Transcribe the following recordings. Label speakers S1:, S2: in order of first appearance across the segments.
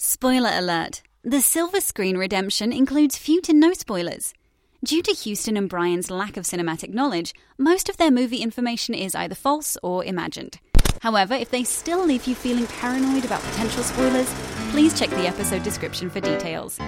S1: Spoiler alert The Silver Screen Redemption includes few to no spoilers. Due to Houston and Brian's lack of cinematic knowledge, most of their movie information is either false or imagined. However, if they still leave you feeling paranoid about potential spoilers, please check the episode description for details.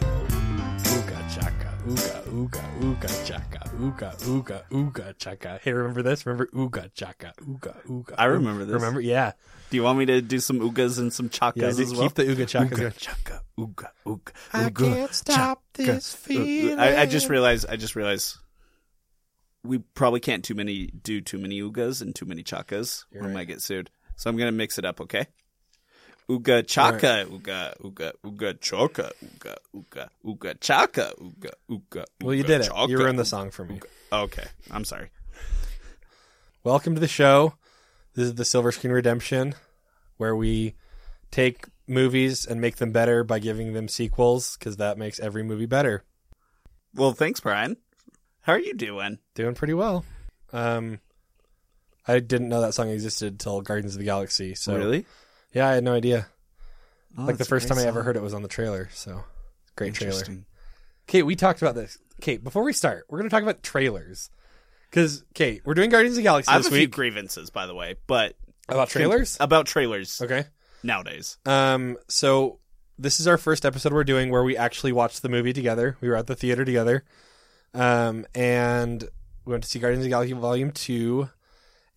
S2: Ooga chaka, ooga, ooga, ooga chaka, ooga, ooga, ooga chaka. Hey, remember this? Remember ooga chaka, ooga, ooga.
S3: I remember this.
S2: Remember? Yeah.
S3: Do you want me to do some oogas and some chakas
S2: Yeah,
S3: as
S2: just
S3: well?
S2: keep the ooga chaka
S3: Ooga
S2: going.
S3: chaka, ooga, ooga,
S2: I
S3: ooga,
S2: can't stop
S3: chaka.
S2: this feeling.
S3: I, I just realized. I just realized. We probably can't too many do too many oogas and too many chakas. or I might get sued. So I'm gonna mix it up. Okay. Ooga chaka, ooga ooga ooga chaka, ooga ooga ooga chaka, ooga ooga.
S2: Well, you
S3: ooga
S2: did it.
S3: chaka.
S2: You ruined the song for me.
S3: Okay, I'm sorry.
S2: Welcome to the show. This is the Silver Screen Redemption, where we take movies and make them better by giving them sequels, because that makes every movie better.
S3: Well, thanks, Brian. How are you doing?
S2: Doing pretty well. Um, I didn't know that song existed until Guardians of the Galaxy. So yeah, I had no idea.
S3: Oh,
S2: like the
S3: that's a
S2: first
S3: great
S2: time I ever
S3: song.
S2: heard it was on the trailer. So great trailer.
S3: Interesting.
S2: Kate, we talked about this. Kate, before we start, we're going to talk about trailers. Because, Kate, we're doing Guardians of the Galaxy
S3: I have
S2: this
S3: a few
S2: week.
S3: grievances, by the way, but
S2: about trailers?
S3: about trailers
S2: Okay.
S3: nowadays.
S2: Um, so this is our first episode we're doing where we actually watched the movie together. We were at the theater together. Um, and we went to see Guardians of the Galaxy Volume 2.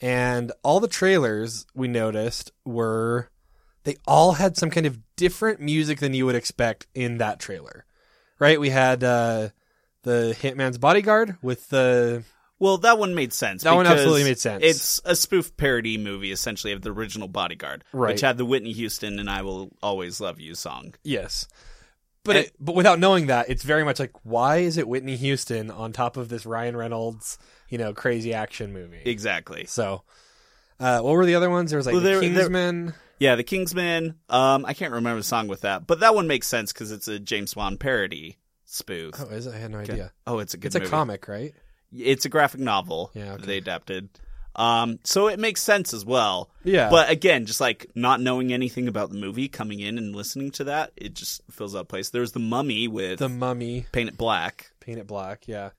S2: And all the trailers we noticed were they all had some kind of different music than you would expect in that trailer. Right? We had uh the Hitman's Bodyguard with the
S3: Well, that one made sense.
S2: That one
S3: because
S2: absolutely made sense.
S3: It's a spoof parody movie, essentially, of the original Bodyguard,
S2: Right.
S3: which had the Whitney Houston "and I Will Always Love You" song.
S2: Yes. But
S3: And-
S2: it, but without knowing that, it's very much like why is it Whitney Houston on top of this Ryan Reynolds, you know, crazy action movie?
S3: Exactly.
S2: so, uh, what were the other ones? There was like
S3: Well,
S2: the
S3: there- there-
S2: Kingsman.
S3: Yeah, the Kingsman. Um, I can't remember the song with that, but that one makes sense because it's a James Bond parody spoof.
S2: Oh, is it? I had no
S3: Okay.
S2: idea.
S3: Oh, it's a good.
S2: It's a
S3: movie.
S2: comic, right?
S3: It's a graphic novel.
S2: Yeah, okay.
S3: that they adapted. Um, so it makes sense as well.
S2: Yeah.
S3: But again, just like not knowing anything about the movie, coming in and listening to that, it just fills out place. There's the Mummy with
S2: The Mummy,
S3: paint it black.
S2: paint it black. Yeah.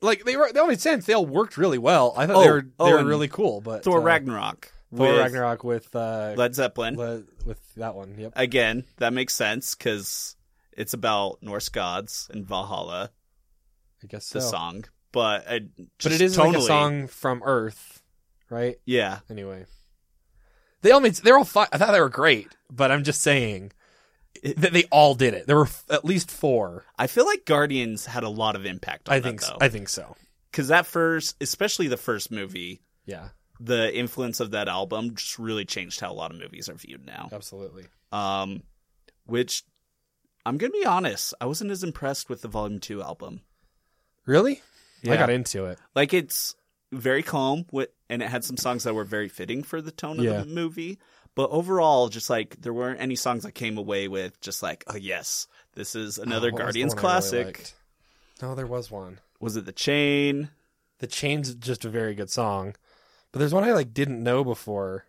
S2: Like they were, they all made sense. They all worked really well. I thought
S3: Oh,
S2: they were they
S3: oh,
S2: were
S3: and
S2: really cool. But
S3: Thor
S2: uh,
S3: Ragnarok.
S2: Thor
S3: with
S2: Ragnarok with uh,
S3: Led Zeppelin.
S2: Le- with that one. Yep.
S3: Again, that makes sense because it's about Norse gods and Valhalla,
S2: I guess so.
S3: the song. But I
S2: but
S3: just
S2: it is like a
S3: tonally-
S2: song from Earth, right?
S3: Yeah.
S2: Anyway, they all made they're all fi- I thought they were great, but I'm just saying that they all did it. There were f- at least four.
S3: I feel like Guardians had a lot of impact on
S2: I
S3: that,
S2: think so.
S3: though.
S2: I think so.
S3: Because that first, especially the first movie,
S2: Yeah,
S3: the influence of that album just really changed how a lot of movies are viewed now.
S2: absolutely.
S3: Um, which I'm gonna be honest, I wasn't as impressed with the Volume Two album.
S2: Really, I
S3: Yeah.
S2: got into it.
S3: Like it's very calm, with, and it had some songs that were very fitting for the tone of
S2: Yeah.
S3: the movie. But overall, just like there weren't any songs I came away with, just like, oh yes, this is another
S2: Oh, what was the
S3: Guardians
S2: one I really
S3: classic.
S2: liked? no, there was one.
S3: was it The Chain?
S2: The Chain's just a very good song, but there's one I like didn't know before,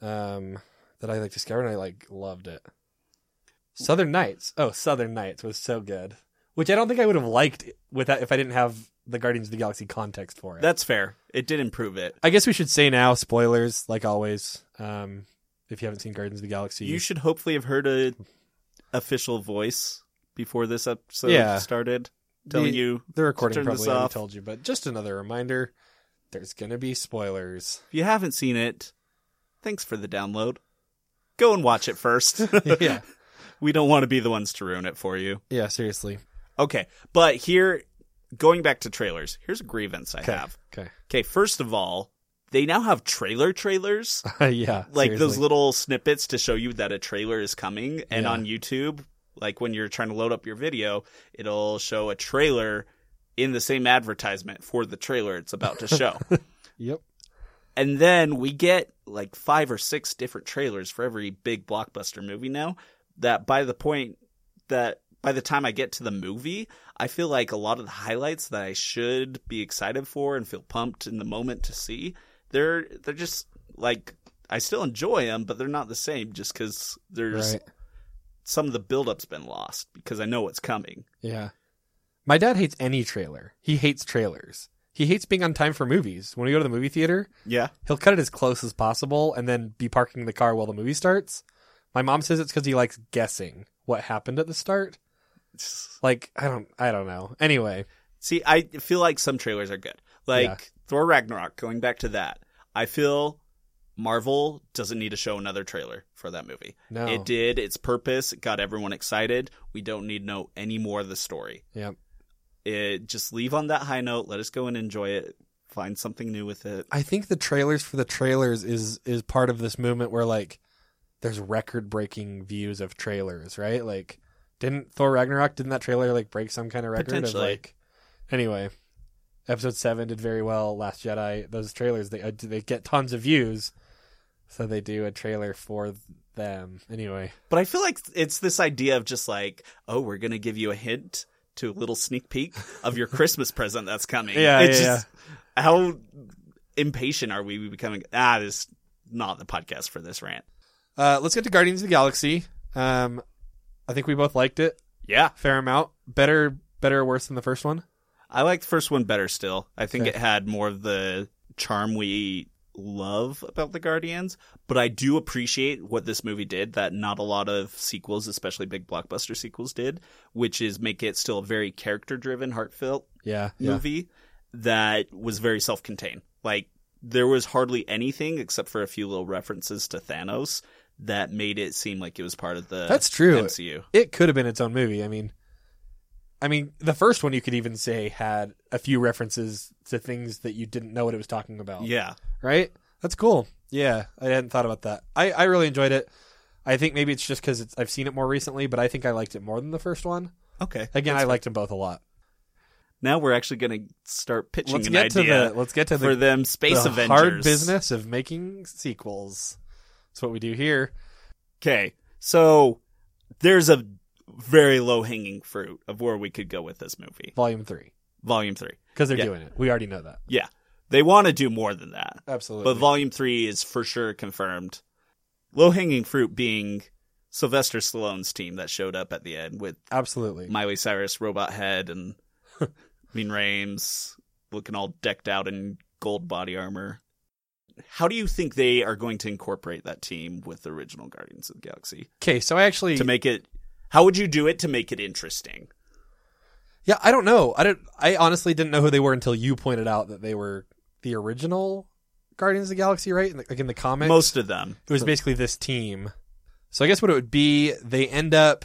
S2: um, that I like discovered and I like loved it. Southern Nights. Oh, Southern Nights was so good, which I don't think I would have liked without if I didn't have the Guardians of the Galaxy context for it.
S3: That's fair. It did improve it.
S2: I guess we should say now spoilers, like always. Um, if you haven't seen Guardians of the Galaxy,
S3: You should hopefully have heard a official voice before this episode
S2: Yeah.
S3: started, telling
S2: The-
S3: you
S2: the recording
S3: turn this
S2: probably already
S3: off.
S2: told you, but just another reminder: there's gonna be spoilers.
S3: If you haven't seen it, thanks for the download. Go and watch it first.
S2: yeah,
S3: we don't want to be the ones to ruin it for you.
S2: yeah, seriously.
S3: Okay, but here, going back to trailers, here's a grievance I have.
S2: Okay,
S3: Okay, first of all, they now have trailer trailers,
S2: yeah,
S3: like those
S2: seriously.
S3: little snippets to show you that a trailer is coming. And
S2: Yeah.
S3: on YouTube, like when you're trying to load up your video, it'll show a trailer in the same advertisement for the trailer it's about to show.
S2: Yep.
S3: And then we get like five or six different trailers for every big blockbuster movie now. that by the point that by the time I get to the movie, I feel like a lot of the highlights that I should be excited for and feel pumped in the moment to see, they're they're just like I still enjoy them, but they're not the same just because there's
S2: Right.
S3: some of the buildup's been lost because I know what's coming.
S2: Yeah. My dad hates any trailer. He hates trailers. He hates being on time for movies. When we go to the movie theater,
S3: Yeah,
S2: he'll cut it as close as possible and then be parking the car while the movie starts. My mom says it's because he likes guessing what happened at the start. Like I don't, I don't know. Anyway,
S3: See, I feel like some trailers are good. Like
S2: Yeah.
S3: Thor Ragnarok, going back to that, I feel Marvel doesn't need to show another trailer for that movie.
S2: no,
S3: It did its purpose, it got everyone excited. We don't need to know any more of the story.
S2: yeah,
S3: It just leave on that high note, let us go and enjoy it, find something new with it.
S2: I think the trailers for the trailers is is part of this movement where like there's record breaking views of trailers, right? Like didn't Thor Ragnarok didn't that trailer like break some kind of record of
S3: Potentially.
S2: like anyway. Episode 7 did very well, Last Jedi, those trailers they uh, they get tons of views. So they do a trailer for them. Anyway,
S3: But I feel like it's this idea of just like, oh, we're gonna give you a hint to a little sneak peek of your Christmas present that's coming.
S2: Yeah,
S3: it's
S2: yeah,
S3: just, How impatient are we becoming? Ah, this is not the podcast for this rant.
S2: uh let's get to Guardians of the Galaxy. Um I think we both liked it
S3: Yeah,
S2: fair amount. Better better or worse than the first one?
S3: I like the first one better still. I think
S2: Okay.
S3: it had more of the charm we love about the Guardians, but I do appreciate what this movie did that not a lot of sequels, especially big blockbuster sequels, did, which is make it still a very character driven, heartfelt
S2: Yeah. Yeah.
S3: movie that was very self-contained. Like there was hardly anything except for a few little references to Thanos that made it seem like it was part of the
S2: That's true.
S3: MCU.
S2: it could have been its own movie. I mean, I mean, the first one you could even say had a few references to things that you didn't know what it was talking about.
S3: Yeah.
S2: Right? That's cool. Yeah, I hadn't thought about that. I, I really enjoyed it. I think maybe it's just because I've seen it more recently, but I think I liked it more than the first one.
S3: Okay.
S2: Again, I liked them both a lot.
S3: Now we're actually going to start pitching
S2: Let's
S3: an
S2: get to
S3: idea
S2: the let's get to
S3: for
S2: the,
S3: them space
S2: the
S3: Avengers.
S2: hard business of making sequels. That's what we do here.
S3: Okay. So there's a very low-hanging fruit of where we could go with this movie.
S2: Volume three,
S3: Volume 3.
S2: because they're
S3: Yeah.
S2: doing it. We already know that.
S3: Yeah. They want to do more than that.
S2: Absolutely.
S3: But volume three is for sure confirmed. Low hanging fruit being Sylvester Stallone's team that showed up at the end with
S2: Absolutely.
S3: Miley Cyrus, Robot Head, and Mean Rames looking all decked out in gold body armor. How do you think they are going to incorporate that team with the original Guardians of the Galaxy
S2: okay, so I actually
S3: to make it? How would you do it to make it interesting?
S2: Yeah, I don't know. I don't. I honestly didn't know who they were until you pointed out that they were the original Guardians of the Galaxy, right? In the, like in the comics,
S3: Most of them,
S2: it was basically this team. So I guess what it would be, they end up,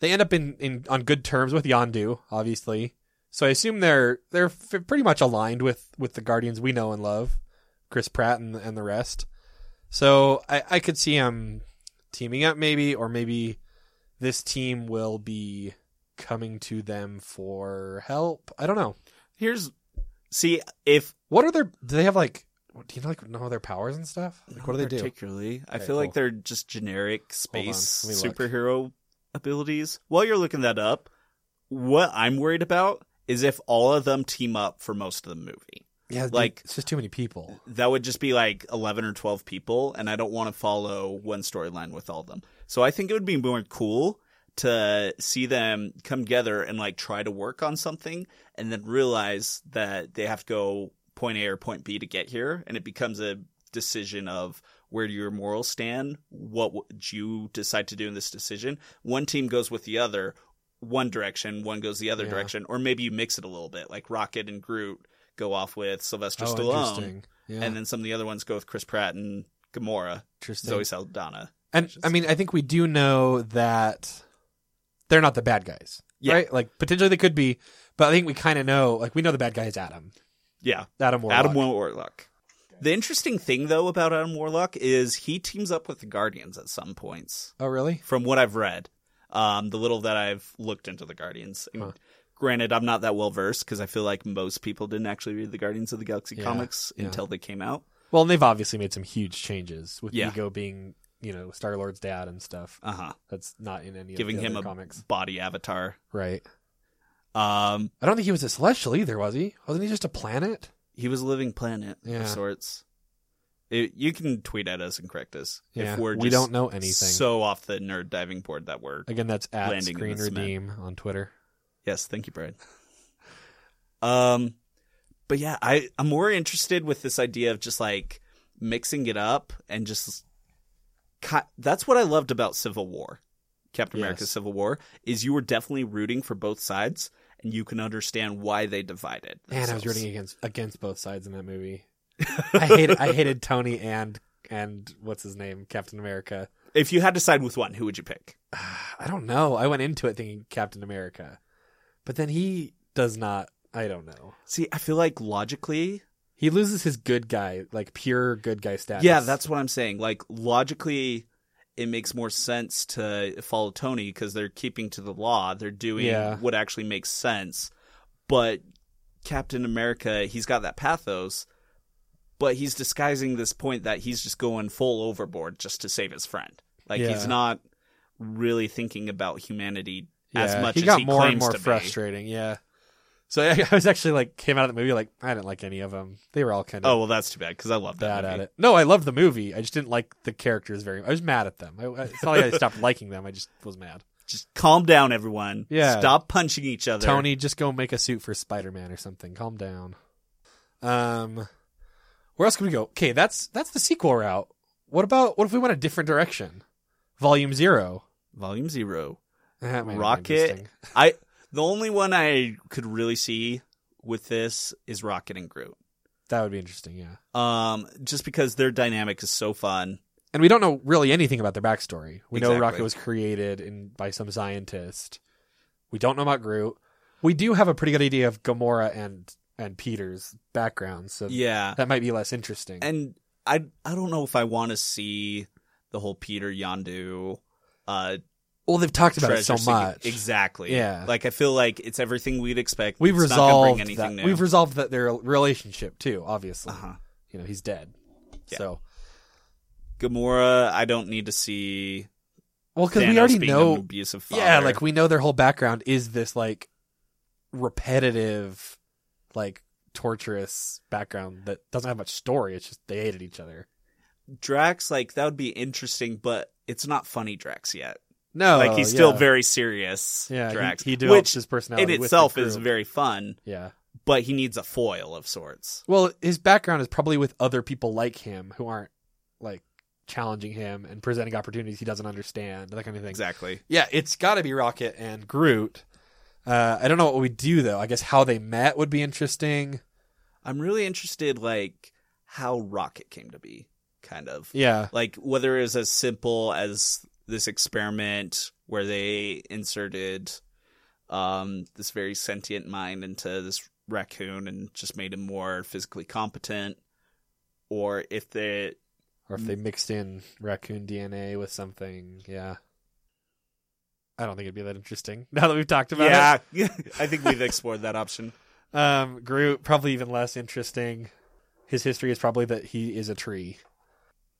S2: they end up in, in on good terms with Yondu, obviously. So I assume they're they're f- pretty much aligned with with the Guardians we know and love, Chris Pratt and and the rest. So I I could see him teaming up maybe, or maybe this team will be coming to them for help. I don't know.
S3: here's see if
S2: What are their? Do they have like? Do you like know their powers and stuff? Like what do they do?
S3: Particularly, I
S2: Okay,
S3: feel like
S2: cool.
S3: they're just generic space
S2: let me look.
S3: superhero abilities. While you're looking that up, what I'm worried about is if all of them team up for most of the movie.
S2: yeah, dude,
S3: like-
S2: it's just too many people.
S3: That would just be like 11 or 12 people, and I don't want to follow one storyline with all of them. So I think it would be more cool to see them come together and like try to work on something and then realize that they have to go point A or point B to get here. And it becomes a decision of where do your morals stand? What would you decide to do in this decision? One team goes with the other, one direction, one goes the other
S2: Yeah.
S3: direction, or maybe you mix it a little bit, like Rocket and Groot go off with Sylvester
S2: Oh,
S3: Stallone,
S2: interesting. Yeah,
S3: and then some of the other ones go with Chris Pratt and Gamora,
S2: interesting.
S3: Zoe Saldana.
S2: and I mean, I think we do know that they're not the bad guys,
S3: Yeah.
S2: right? Like potentially they could be, but I think we kind of know. Like we know the bad guy is Adam.
S3: Yeah,
S2: Adam Warlock.
S3: Adam Warlock. The interesting thing though about Adam Warlock is he teams up with the Guardians at some points.
S2: oh, really?
S3: from what I've read, um, the little that I've looked into the Guardians. And
S2: Huh.
S3: Granted, I'm not that well versed because I feel like most people didn't actually read the Guardians of the Galaxy
S2: Yeah,
S3: comics
S2: yeah.
S3: until they came out.
S2: Well, and they've obviously made some huge changes with
S3: Yeah.
S2: Ego being you know Star Lord's dad and stuff.
S3: Uh huh.
S2: That's not in any
S3: Giving
S2: of the
S3: him
S2: other
S3: a
S2: comics,
S3: body avatar.
S2: right?
S3: Um,
S2: I don't think he was a celestial either, was he? Wasn't he just a planet?
S3: he was a living planet
S2: Yeah.
S3: of sorts. It, you can tweet at us and correct us
S2: Yeah,
S3: if we're just
S2: we don't know anything.
S3: so off the nerd diving board that we're
S2: Again, that's at
S3: Landing in
S2: Screen
S3: the cement.
S2: Redeem on Twitter.
S3: Yes, thank you, Brian. Um, but yeah, I I'm more interested with this idea of just like mixing it up and just ki- that's what I loved about Civil War, Captain
S2: Yes.
S3: America's Civil War is you were definitely rooting for both sides and you can understand why they divided.
S2: Man, I was
S3: themselves.
S2: rooting against against both sides in that movie. I hated I hated Tony and and what's his name Captain America.
S3: If you had to side with one, who would you pick?
S2: I don't know. I went into it thinking Captain America, but then he does not. I don't know.
S3: See, I feel like logically,
S2: He loses his good guy, like pure good guy status.
S3: yeah, that's what I'm saying. Like logically, it makes more sense to follow Tony because they're keeping to the law. They're doing
S2: Yeah.
S3: what actually makes sense. But Captain America, he's got that pathos, but he's disguising this point that he's just going full overboard just to save his friend. Like
S2: Yeah.
S3: he's not really thinking about humanity
S2: yeah.
S3: as much
S2: He
S3: as
S2: got
S3: he
S2: more
S3: claims
S2: and more
S3: to be.
S2: frustrating. Yeah. So I, I was actually like came out of the movie like I didn't like any of them. They were all kind of
S3: Oh well, that's too bad because I love that.
S2: bad at
S3: movie.
S2: it. No, I loved the movie. I just didn't like the characters very. I was mad at them. I, I, it's not like I stopped liking them. I just was mad.
S3: Just calm down, everyone.
S2: Yeah.
S3: Stop punching each other.
S2: Tony, just go make a suit for Spider Man or something. Calm down. Um, where else can we go? Okay, that's that's the sequel route. What about what if we went a different direction? Volume zero.
S3: Volume zero.
S2: That might be
S3: Rocket.
S2: interesting.
S3: I the only one I could really see with this is Rocket and Groot.
S2: That would be interesting. Yeah,
S3: Um, just because their dynamic is so fun.
S2: and we don't know really anything about their backstory. We know
S3: Exactly.
S2: Rocket was created in by some scientist. We don't know about Groot. We do have a pretty good idea of Gamora and and Peter's backgrounds, so
S3: Yeah,
S2: that might be less interesting.
S3: and I I don't know if I want to see the whole Peter Yondu. Uh,
S2: well, they've talked about it
S3: treasure
S2: so
S3: seeking-
S2: much.
S3: Exactly.
S2: Yeah.
S3: Like I feel like it's everything we'd expect.
S2: We've
S3: It's not gonna
S2: resolved
S3: bring
S2: that.
S3: anything new.
S2: We've resolved that their relationship too. Obviously,
S3: uh-huh.
S2: you know he's dead.
S3: Yeah.
S2: So
S3: Gamora. I don't need to see
S2: well, because
S3: Thanos
S2: we already
S3: being an
S2: know.
S3: abusive father.
S2: Yeah, like we know their whole background is this like repetitive, like torturous background that doesn't have much story. It's just they hated each other.
S3: Drax. Like that would be interesting, but it's not funny Drax yet.
S2: No,
S3: like he's still
S2: Oh, yeah.
S3: very serious.
S2: yeah. he-
S3: Drax,
S2: He, develops
S3: which
S2: his
S3: in
S2: personality with the
S3: itself is
S2: group.
S3: very fun,
S2: yeah.
S3: but he needs a foil of sorts.
S2: Well, his background is probably with other people like him who aren't like challenging him and presenting opportunities he doesn't understand that kind of thing.
S3: Exactly.
S2: Yeah, it's got to be Rocket and Groot. Uh, I don't know what we do though. I guess how they met would be interesting.
S3: I'm really interested, like how Rocket came to be, kind of
S2: Yeah,
S3: like whether it was as simple as this experiment where they inserted um, this very sentient mind into this raccoon and just made him more physically competent, or if they
S2: or if they mixed in raccoon DNA with something. Yeah, I don't think it'd be that interesting. Now that we've talked about
S3: yeah, I think we've explored that option.
S2: it, um, Groot probably even less interesting. His history is probably that he is a tree.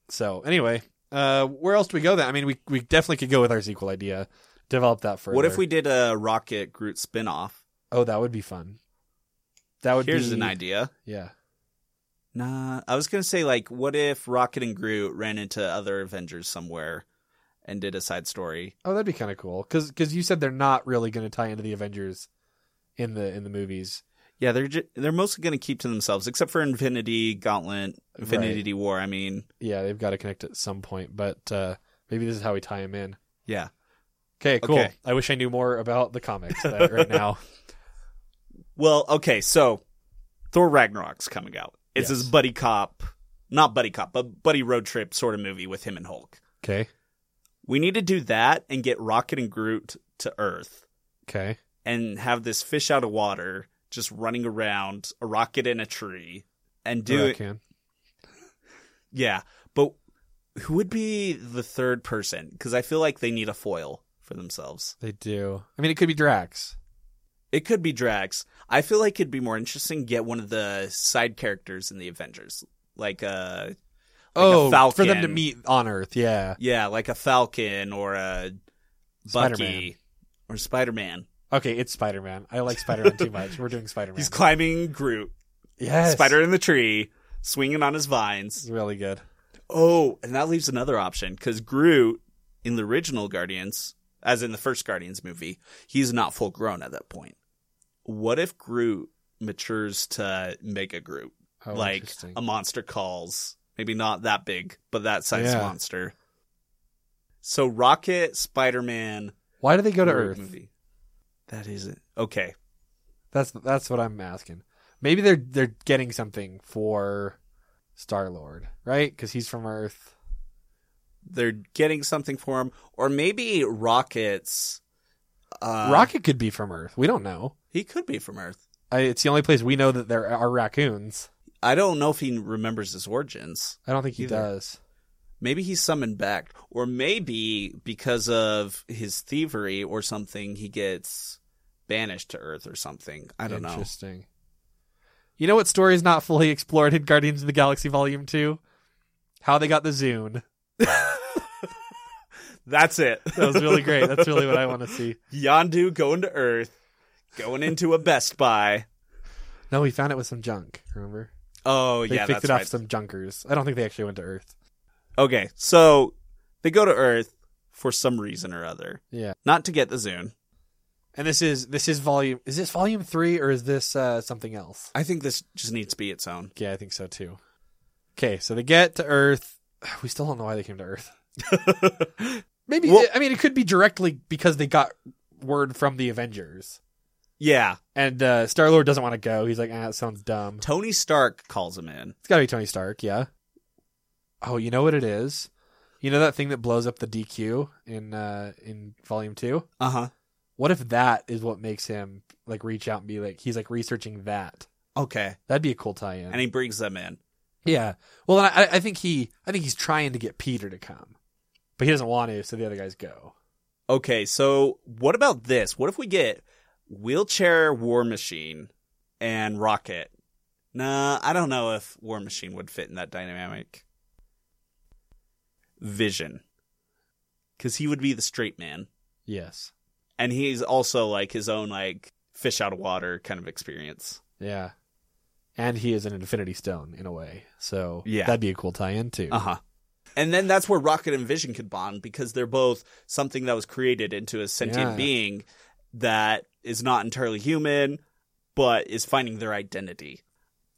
S2: So anyway, uh, where else do we go? Then I mean, we we definitely could go with our sequel idea. Develop that further.
S3: What if we did a Rocket Groot spinoff?
S2: Oh, that would be fun. That would
S3: Here's
S2: be
S3: an idea.
S2: Yeah.
S3: Nah, I was gonna say like, what if Rocket and Groot ran into other Avengers somewhere and did a side story?
S2: Oh, that'd be kind of cool. Because you said they're not really going to tie into the Avengers in the in the movies.
S3: Yeah, they're ju- they're mostly gonna keep to themselves, except for Infinity Gauntlet, Infinity War. I mean,
S2: Yeah, they've got to connect at some point. But uh, maybe this is how we tie them in.
S3: yeah.
S2: Okay, cool.
S3: Okay.
S2: I wish I knew more about the comics that right now.
S3: Well, okay, so Thor Ragnarok's coming out. It's
S2: Yes.
S3: this buddy cop, not buddy cop, but buddy road trip sort of movie with him and Hulk.
S2: Okay.
S3: We need to do that and get Rocket and Groot to Earth.
S2: Okay.
S3: and have this fish out of water just running around a rocket in a tree and do it.
S2: Can.
S3: Yeah. But who would be the third person? Because I feel like they need a foil for themselves.
S2: They do. I mean, it could be Drax.
S3: It could be Drax. I feel like it'd be more interesting to get one of the side characters in the Avengers, like uh,
S2: oh, for
S3: falcon.
S2: them to meet on Earth. Yeah.
S3: Yeah, like a Falcon or a Bucky
S2: Spider-Man.
S3: or Spider Man.
S2: Okay, it's Spider Man. I like Spider Man too much. We're doing Spider Man.
S3: He's climbing Groot,
S2: yes.
S3: Spider in the tree, swinging on his vines.
S2: It's really good.
S3: Oh, and that leaves another option because Groot in the original Guardians, as in the first Guardians movie, he's not full grown at that point. What if Groot matures to Mega Groot,
S2: Oh,
S3: like um,
S2: interesting.
S3: a monster calls? Maybe not that big, but that size
S2: Yeah.
S3: monster. So Rocket, Spider Man,
S2: why do they go to
S3: Groot
S2: Earth?
S3: movie. That isn't okay.
S2: That's that's what I'm asking. Maybe they're they're getting something for Star Lord, right? Because he's from Earth.
S3: They're getting something for him, or maybe Rockets. Uh,
S2: Rocket could be from Earth. We don't know.
S3: He could be from Earth.
S2: I, it's the only place we know that there are raccoons.
S3: I don't know if he remembers his origins.
S2: I don't think he
S3: Either.
S2: does.
S3: Maybe he's summoned back, or maybe because of his thievery or something, he gets banished to Earth or something. I don't know.
S2: Interesting. You know what story is not fully explored in Guardians of the Galaxy Volume Two? How they got the Zune.
S3: That's it.
S2: That was really great. That's really what I want to see.
S3: Yondu going to Earth, going into a Best Buy.
S2: No, we found it with some junk. Remember?
S3: Oh
S2: They
S3: yeah,
S2: picked
S3: that's
S2: it off
S3: right.
S2: some junkers. I don't think they actually went to Earth.
S3: Okay, so they go to Earth for some reason or other,
S2: Yeah.
S3: not to get the Zune.
S2: And this is this is volume. Is this volume three or is this uh, something else?
S3: I think this just needs to be its own.
S2: Yeah, I think so too. Okay, so they get to Earth. We still don't know why they came to Earth. Maybe
S3: Well-
S2: I mean it could be directly because they got word from the Avengers,
S3: yeah,
S2: and uh, Star Lord doesn't want to go. He's like, ah, that sounds dumb.
S3: Tony Stark calls him in.
S2: It's got to be Tony Stark, yeah. Oh, you know what it is? You know that thing that blows up the DQ in uh, in Volume Two?
S3: Uh huh.
S2: What if that is what makes him like reach out and be like he's like researching that?
S3: Okay,
S2: That'd be a cool tie-in.
S3: and he brings them in.
S2: Yeah. Well, and I, I think he, I think he's trying to get Peter to come, but he doesn't want to, so the other guys go.
S3: Okay, so what about this? What if we get wheelchair War Machine and Rocket? Nah, I don't know if War Machine would fit in that dynamic. Vision, because he would be the straight man.
S2: Yes.
S3: and he's also like his own like fish out of water kind of experience.
S2: Yeah. And he is an Infinity Stone in a way, so
S3: Yeah.
S2: that'd be a cool tie-in too.
S3: Uh huh. And then that's where Rocket and Vision could bond because they're both something that was created into a sentient
S2: Yeah.
S3: being that is not entirely human, but is finding their identity.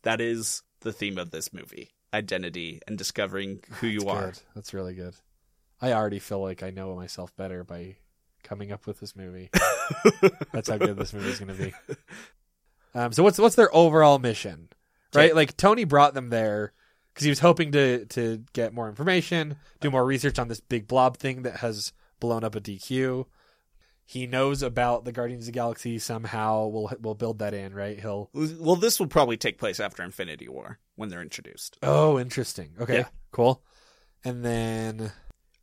S3: That is the theme of this movie: identity and discovering who you
S2: That's
S3: are.
S2: good. That's really good. I already feel like I know myself better by coming up with this movie. That's how good this movie is going to be. Um, so what's what's their overall mission, right?
S3: Okay.
S2: Like Tony brought them there because he was hoping to to get more information, do more research on this big blob thing that has blown up a DQ. He knows about the Guardians of the Galaxy somehow. We'll we'll build that in, right? He'll
S3: Well, this will probably take place after Infinity War when they're introduced.
S2: oh, interesting. Okay,
S3: Yeah.
S2: cool. And then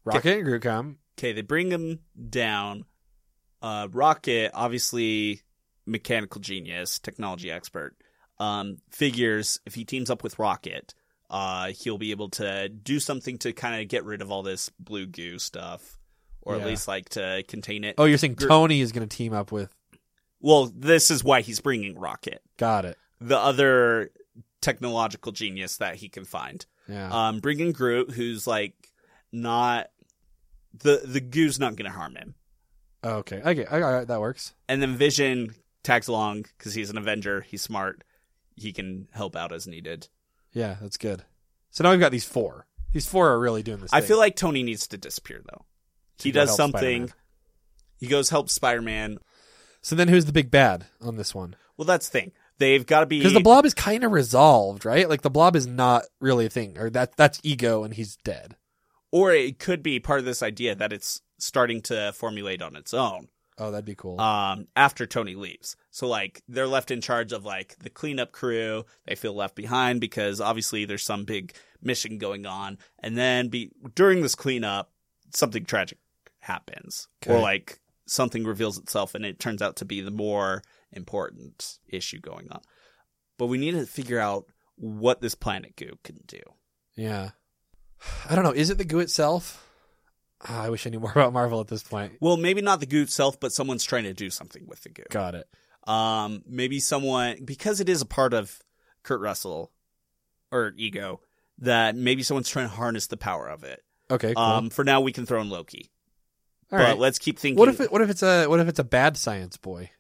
S2: Rocket and Groot come.
S3: Okay, they bring him down. Uh, Rocket, obviously mechanical genius, technology expert, um, figures if he teams up with Rocket, uh, he'll be able to do something to kind of get rid of all this blue goo stuff, or
S2: Yeah.
S3: at least like to contain it.
S2: Oh, you're saying
S3: Gr-
S2: Tony is going to team up with?
S3: Well, this is why he's bringing Rocket,
S2: Got it.
S3: the other technological genius that he can find.
S2: Yeah.
S3: Um, bringing Groot, who's like not the the goo's not going to harm him.
S2: Oh, okay. Okay. All right. That works.
S3: And then Vision tags along because he's an Avenger. He's smart. He can help out as needed.
S2: Yeah, that's good. So now we've got these four. These four are really doing this.
S3: I feel like Tony needs to disappear though.
S2: To
S3: He
S2: go
S3: does
S2: help
S3: something.
S2: Spider-Man.
S3: He goes help Spider Man.
S2: So then, who's the big bad on this one?
S3: Well, that's the thing. They've got to be
S2: Because the blob is kind of resolved, right? Like the blob is not really a thing, or that that's ego, and he's dead.
S3: or it could be part of this idea that it's starting to formulate on its own.
S2: Oh, that'd be cool.
S3: um, after Tony leaves. So like they're left in charge of like the cleanup crew. They feel left behind because obviously there's some big mission going on. And then be during this cleanup, something tragic happens, or
S2: Okay.
S3: like something reveals itself, and it turns out to be the more important issue going on. But we need to figure out what this planet goo can do.
S2: yeah. I don't know. Is it the goo itself? Ah, I wish I knew more about Marvel at this point.
S3: Well, maybe not the goo itself, but someone's trying to do something with the goo.
S2: Got it.
S3: Um, maybe someone because it is a part of Kurt Russell or ego that maybe someone's trying to harness the power of it.
S2: Okay. Cool.
S3: Um, for now we can throw in Loki,
S2: All
S3: but
S2: right.
S3: let's keep thinking.
S2: What if it, what if it's a what if it's a bad science boy?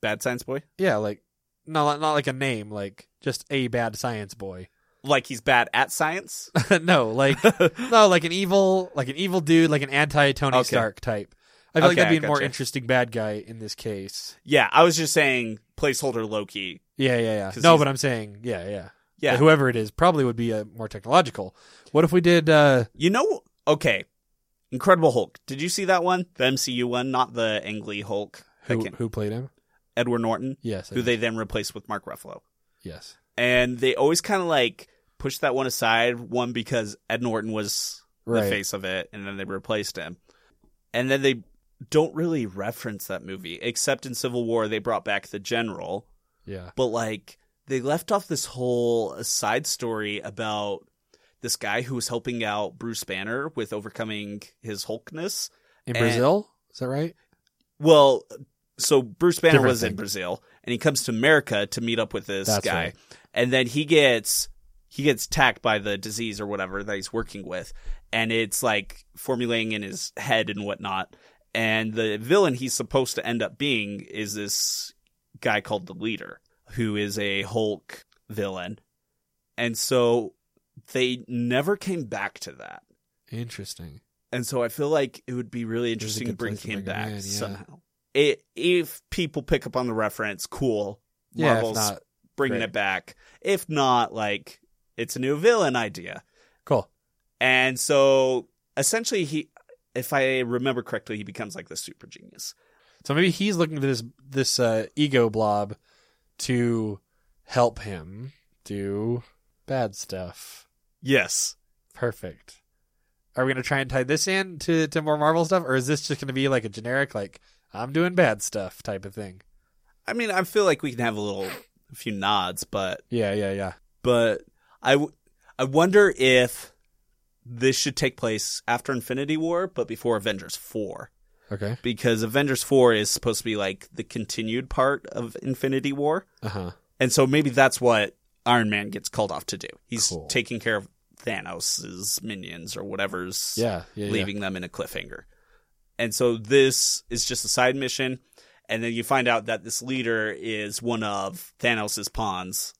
S3: bad science boy?
S2: Yeah, like no, not like a name, like just a bad science boy.
S3: Like he's bad at science?
S2: no, like no, like an evil, like an evil dude, like an anti Tony
S3: Okay.
S2: Stark type. I feel like
S3: Okay,
S2: that'd be
S3: I
S2: a more
S3: gotcha.
S2: interesting bad guy in this case.
S3: yeah, I was just saying placeholder Loki.
S2: Yeah, yeah, yeah.
S3: 'Cause
S2: No,
S3: he's-
S2: but I'm saying, yeah, yeah,
S3: Yeah.
S2: Whoever it is, probably would be a more technological. What if we did? uh
S3: You know, okay. Incredible Hulk. Did you see that one? The MCU one, not the Ang Lee Hulk. That
S2: Who
S3: came-
S2: who played him?
S3: Edward Norton,
S2: Yes, I
S3: who
S2: did.
S3: they then replaced with Mark Ruffalo.
S2: Yes.
S3: And they always kind of like pushed that one aside, one because Ed Norton was
S2: Right.
S3: the face of it, and then they replaced him. And then they don't really reference that movie, except in Civil War, they brought back the general.
S2: Yeah.
S3: but like they left off this whole uh, side story about this guy who was helping out Bruce Banner with overcoming his Hulkness.
S2: In
S3: And-
S2: Brazil, is that right?
S3: Well, so Bruce Banner
S2: Different
S3: was
S2: thing.
S3: in Brazil and he comes to America to meet up with this
S2: That's
S3: guy.
S2: right.
S3: And then he gets he gets attacked by the disease or whatever that he's working with and it's like formulating in his head and whatnot. And the villain he's supposed to end up being is this guy called the leader, who is a Hulk villain. And so they never came back to that.
S2: Interesting.
S3: And so I feel like it would be really
S2: There's a
S3: interesting to
S2: good
S3: bring
S2: place to
S3: him
S2: bring him
S3: back
S2: in, yeah.
S3: somehow. It, if people pick up on the reference, cool.
S2: Yeah, if
S3: Marvel's
S2: not,
S3: bringing
S2: great.
S3: it back. If not, like it's a new villain idea.
S2: cool.
S3: And so essentially, he, if I remember correctly, he becomes like the super genius.
S2: So maybe he's looking to this this uh, ego blob to help him do bad stuff.
S3: Yes.
S2: Perfect. Are we gonna try and tie this in to, to more Marvel stuff, or is this just gonna be like a generic like I'm doing bad stuff type of thing?
S3: I mean, I feel like we can have a little, a few nods, but
S2: Yeah, yeah, yeah.
S3: but I, w- I wonder if this should take place after Infinity War, but before Avengers 4.
S2: Okay.
S3: Because Avengers 4 is supposed to be like the continued part of Infinity War.
S2: Uh huh.
S3: And so maybe that's what Iron Man gets called off to do. He's
S2: Cool.
S3: taking care of Thanos' minions or whatever's
S2: Yeah, yeah. yeah.
S3: leaving them in a cliffhanger. And so this is just a side mission. And then you find out that this leader is one of Thanos' pawns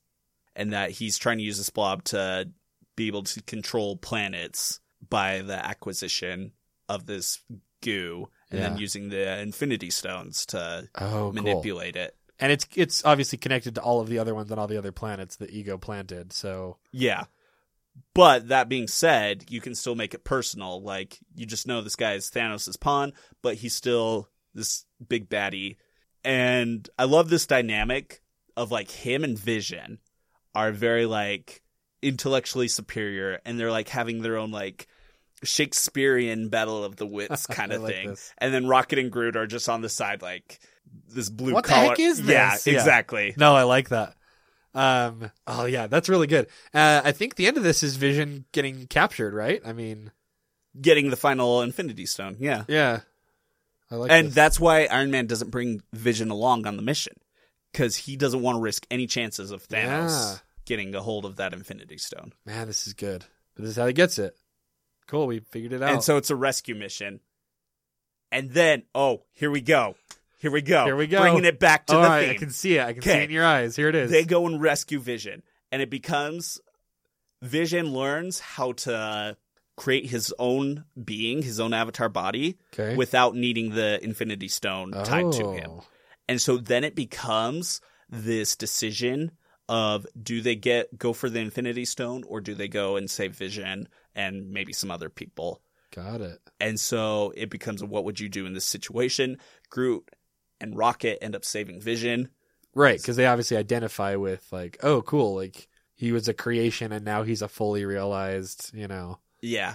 S3: and that he's trying to use this blob to be able to control planets by the acquisition of this goo and then
S2: Yeah.
S3: using the infinity stones to
S2: Oh, cool.
S3: manipulate it.
S2: And it's it's obviously connected to all of the other ones on all the other planets that ego planted. So
S3: Yeah. But that being said, you can still make it personal. Like you just know this guy is Thanos' pawn, but he's still this big baddie. And I love this dynamic of like him and Vision are very like intellectually superior and they're like having their own like Shakespearean battle of the wits kind
S2: I
S3: of
S2: like
S3: thing.
S2: this.
S3: And then Rocket and Groot are just on the side like this blue
S2: What the
S3: collar.
S2: heck is
S3: Yeah,
S2: this? Yeah.
S3: exactly.
S2: No, I like that. Um, oh yeah, that's really good. Uh, I think the end of this is Vision getting captured, right? I mean,
S3: Getting the final Infinity Stone. Yeah.
S2: yeah, I like.
S3: and
S2: this.
S3: that's why Iron Man doesn't bring Vision along on the mission because he doesn't want to risk any chances of
S2: Yeah.
S3: Thanos getting a hold of that Infinity Stone.
S2: man, this is good. But this is how he gets it. Cool, we figured it out.
S3: And so it's a rescue mission. And then, oh, here we go. Here we go.
S2: Here we go.
S3: Bringing it back to
S2: All
S3: the
S2: right,
S3: theme.
S2: I can see it. I can see it
S3: Okay.
S2: in your eyes. Here it is.
S3: They go and rescue Vision, and it becomes Vision learns how to create his own being, his own avatar body,
S2: okay.
S3: without needing the Infinity Stone tied to him.
S2: Oh.
S3: And so then it becomes this decision of do they get go for the infinity stone or do they go and save Vision and maybe some other people?
S2: Got it.
S3: And so it becomes what would you do in this situation? Groot and Rocket end up saving Vision.
S2: Right, because they obviously identify with like, oh, cool, like he was a creation, and now he's a fully realized, you know,
S3: Yeah.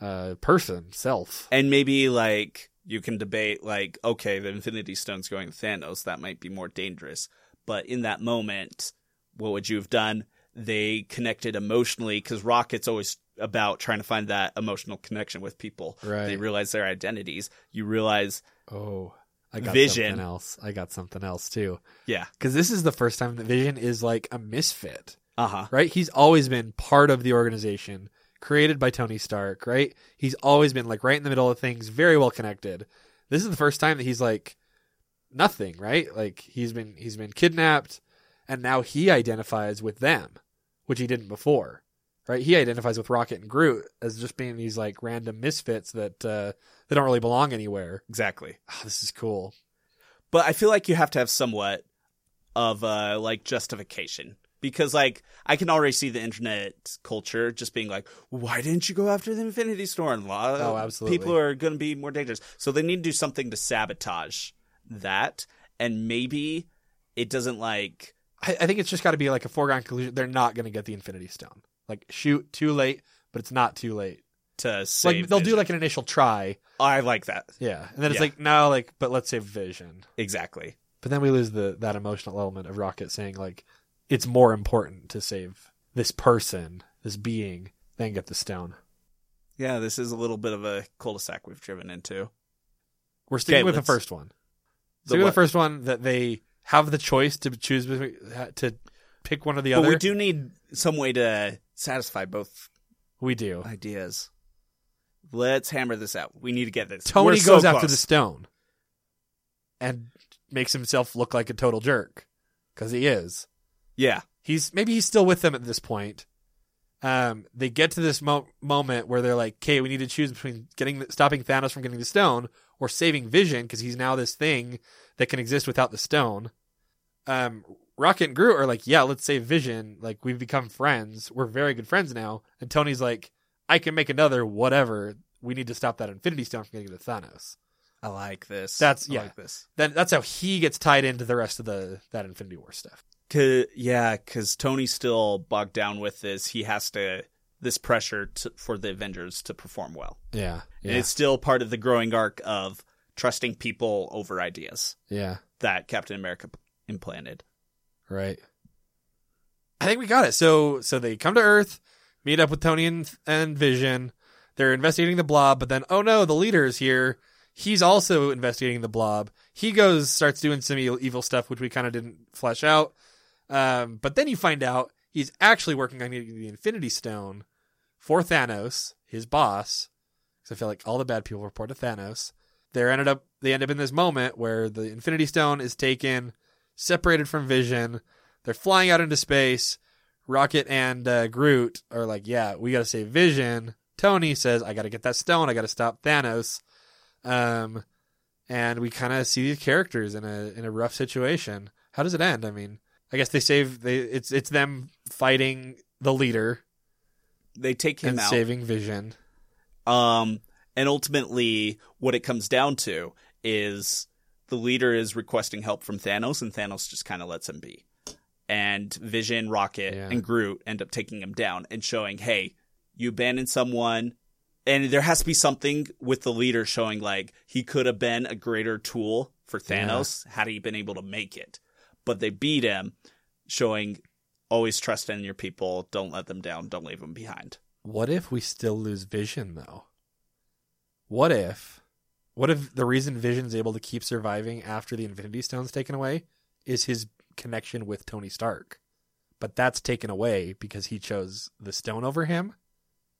S2: uh, person self.
S3: And maybe like you can debate like okay, the infinity stone's going to Thanos, that might be more dangerous. But in that moment, what would you have done? They connected emotionally cuz Rocket's always about trying to find that emotional connection with people.
S2: Right.
S3: They realize their identities. You realize,
S2: Oh, I got
S3: Vision.
S2: something else. I got something else too.
S3: yeah,
S2: Because this is the first time that Vision is like a misfit,
S3: uh huh,
S2: right? He's always been part of the organization created by Tony Stark, right? He's always been like right in the middle of things, very well connected. This is the first time that he's like nothing, right? Like he's been he's been kidnapped, and now he identifies with them, which he didn't before, right? He identifies with Rocket and Groot as just being these like random misfits that uh, they don't really belong anywhere.
S3: exactly.
S2: Oh, this is cool.
S3: but I feel like you have to have somewhat of uh like justification because like I can already see the internet culture just being like, why didn't you go after the Infinity Storm?
S2: Oh, absolutely.
S3: People are going to be more dangerous, so they need to do something to sabotage that, and maybe it doesn't like
S2: I, I think it's just got to be like a foregone conclusion. They're not going to get the Infinity Stone. Like, shoot, too late, but it's not too late.
S3: to
S2: Like,
S3: save.
S2: they'll do
S3: Vision.
S2: like an initial try.
S3: I like that
S2: Yeah. And then it's
S3: Yeah.
S2: like, no, like, but let's say Vision.
S3: exactly.
S2: But then we lose the that emotional element of Rocket saying, like, it's more important to save this person, this being, than get the stone.
S3: Yeah, this is a little bit of a cul-de-sac we've driven into.
S2: We're sticking
S3: Okay,
S2: with the
S3: let's-
S2: first one.
S3: The
S2: Sticking with
S3: what?
S2: the first one that they have the choice to choose between, to pick one or the
S3: But
S2: other.
S3: we do need some way to satisfy both
S2: We do.
S3: ideas. Let's hammer this out. We need to get this.
S2: Tony
S3: We're
S2: goes
S3: so
S2: after
S3: close.
S2: the stone and makes himself look like a total jerk because he is.
S3: Yeah,
S2: He's maybe he's still with them at this point. Um, they get to this mo- moment where they're like, "Okay, we need to choose between getting the- stopping Thanos from getting the stone or saving Vision because he's now this thing that can exist without the stone." Um, Rocket and Groot are like, "Yeah, let's save Vision. Like we've become friends. We're very good friends now." And Tony's like, "I can make another. Whatever. We need to stop that Infinity Stone from getting to Thanos."
S3: I like this.
S2: That's-
S3: I
S2: yeah.
S3: like this.
S2: then that's how he gets tied into the rest of the that Infinity War stuff.
S3: Cause, yeah, because Tony's still bogged down with this. He has to this pressure to, for the Avengers to perform well.
S2: Yeah,
S3: And it's still part of the growing arc of trusting people over ideas
S2: yeah,
S3: that Captain America p- implanted.
S2: right. I think we got it. So so they come to Earth, meet up with Tony and, and Vision. They're investigating the blob, but then oh no, the leader is here. He's also investigating the blob. He goes starts doing some evil, evil stuff, which we kind of didn't flesh out. Um, but then you find out he's actually working on getting the Infinity Stone for Thanos, his boss. Because I feel like all the bad people report to Thanos. They ended up they end up in this moment where the Infinity Stone is taken, separated from Vision. They're flying out into space. Rocket and uh, Groot are like, "Yeah, we got to save Vision." Tony says, "I got to get that stone. I got to stop Thanos." Um, and we kind of see these characters in a in a rough situation. How does it end? I mean, I guess they save they it's it's them fighting the leader
S3: They take him
S2: and
S3: out.
S2: saving Vision.
S3: Um, and ultimately, what it comes down to is the leader is requesting help from Thanos, and Thanos just kind of lets him be. And Vision, Rocket,
S2: Yeah.
S3: and Groot end up taking him down and showing, hey, you abandoned someone. And there has to be something with the leader showing, like, he could have been a greater tool for Thanos had he been able to make it. But they beat him, showing always trust in your people. Don't let them down. Don't leave them behind.
S2: What if we still lose Vision though? What if what if the reason Vision's able to keep surviving after the Infinity Stone's taken away is his connection with Tony Stark? But that's taken away because he chose the stone over him.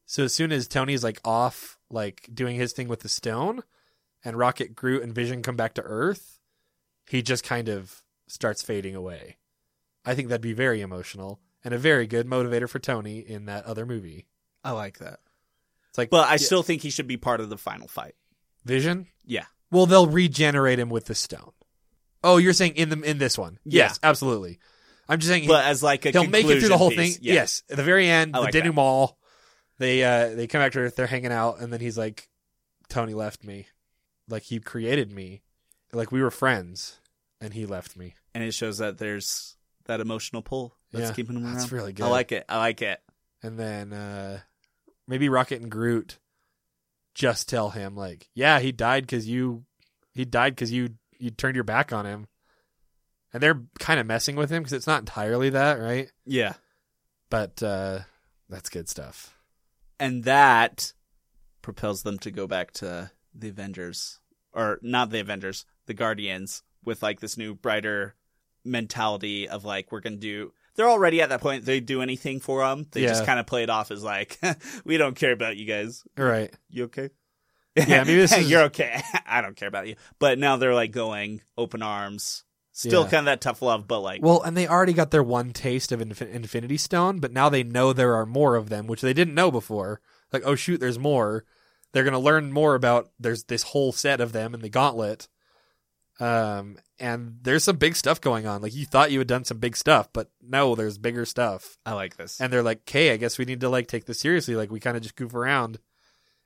S2: So as soon as Tony's like off like doing his thing with the stone and Rocket Groot and Vision come back to Earth, he just kind of starts fading away. I think that'd be very emotional and a very good motivator for Tony in that other movie.
S3: I like that.
S2: It's like,
S3: But I still think he should be part of the final fight.
S2: Vision.
S3: Yeah.
S2: Well, they'll regenerate him with the stone. Oh, you're saying in the in this one?
S3: Yeah.
S2: Yes, absolutely. I'm just saying
S3: But as like a
S2: he'll make it through the
S3: conclusion
S2: whole
S3: piece.
S2: thing.
S3: Yeah.
S2: Yes, at the very end,
S3: I
S2: the
S3: like that.
S2: denouement. They uh they come back to Earth. They're hanging out, and then he's like, "Tony left me. Like he created me. Like we were friends, and he left me."
S3: And it shows that there's that emotional pull that's
S2: Yeah,
S3: keeping him around.
S2: that's really good.
S3: I like it. I like it.
S2: and then uh maybe Rocket and Groot just tell him like, "Yeah, he died cuz you he died cuz you you turned your back on him." And they're kind of messing with him cuz it's not entirely that, right?
S3: Yeah.
S2: But uh that's good stuff.
S3: and that propels them to go back to the Avengers, or not the Avengers, the Guardians, with like this new brighter mentality of like we're gonna do. They're already at that point. They do anything for them. They just
S2: Yeah.
S3: kind of play it off as like we don't care about you guys.
S2: All right.
S3: You okay?
S2: Yeah, maybe this is-
S3: you're okay. I don't care about you. But now they're like going open arms, still
S2: Yeah.
S3: kind of that tough love, but like
S2: Well, and they already got their one taste of infin- Infinity Stone, but now they know there are more of them, which they didn't know before. Like, oh shoot, there's more. They're gonna learn more about there's this whole set of them in the Gauntlet. Um, and there's some big stuff going on. Like you thought you had done some big stuff, but no, there's bigger stuff.
S3: I like this.
S2: And they're like, "Okay, I guess we need to like take this seriously. Like we kind of just goof around,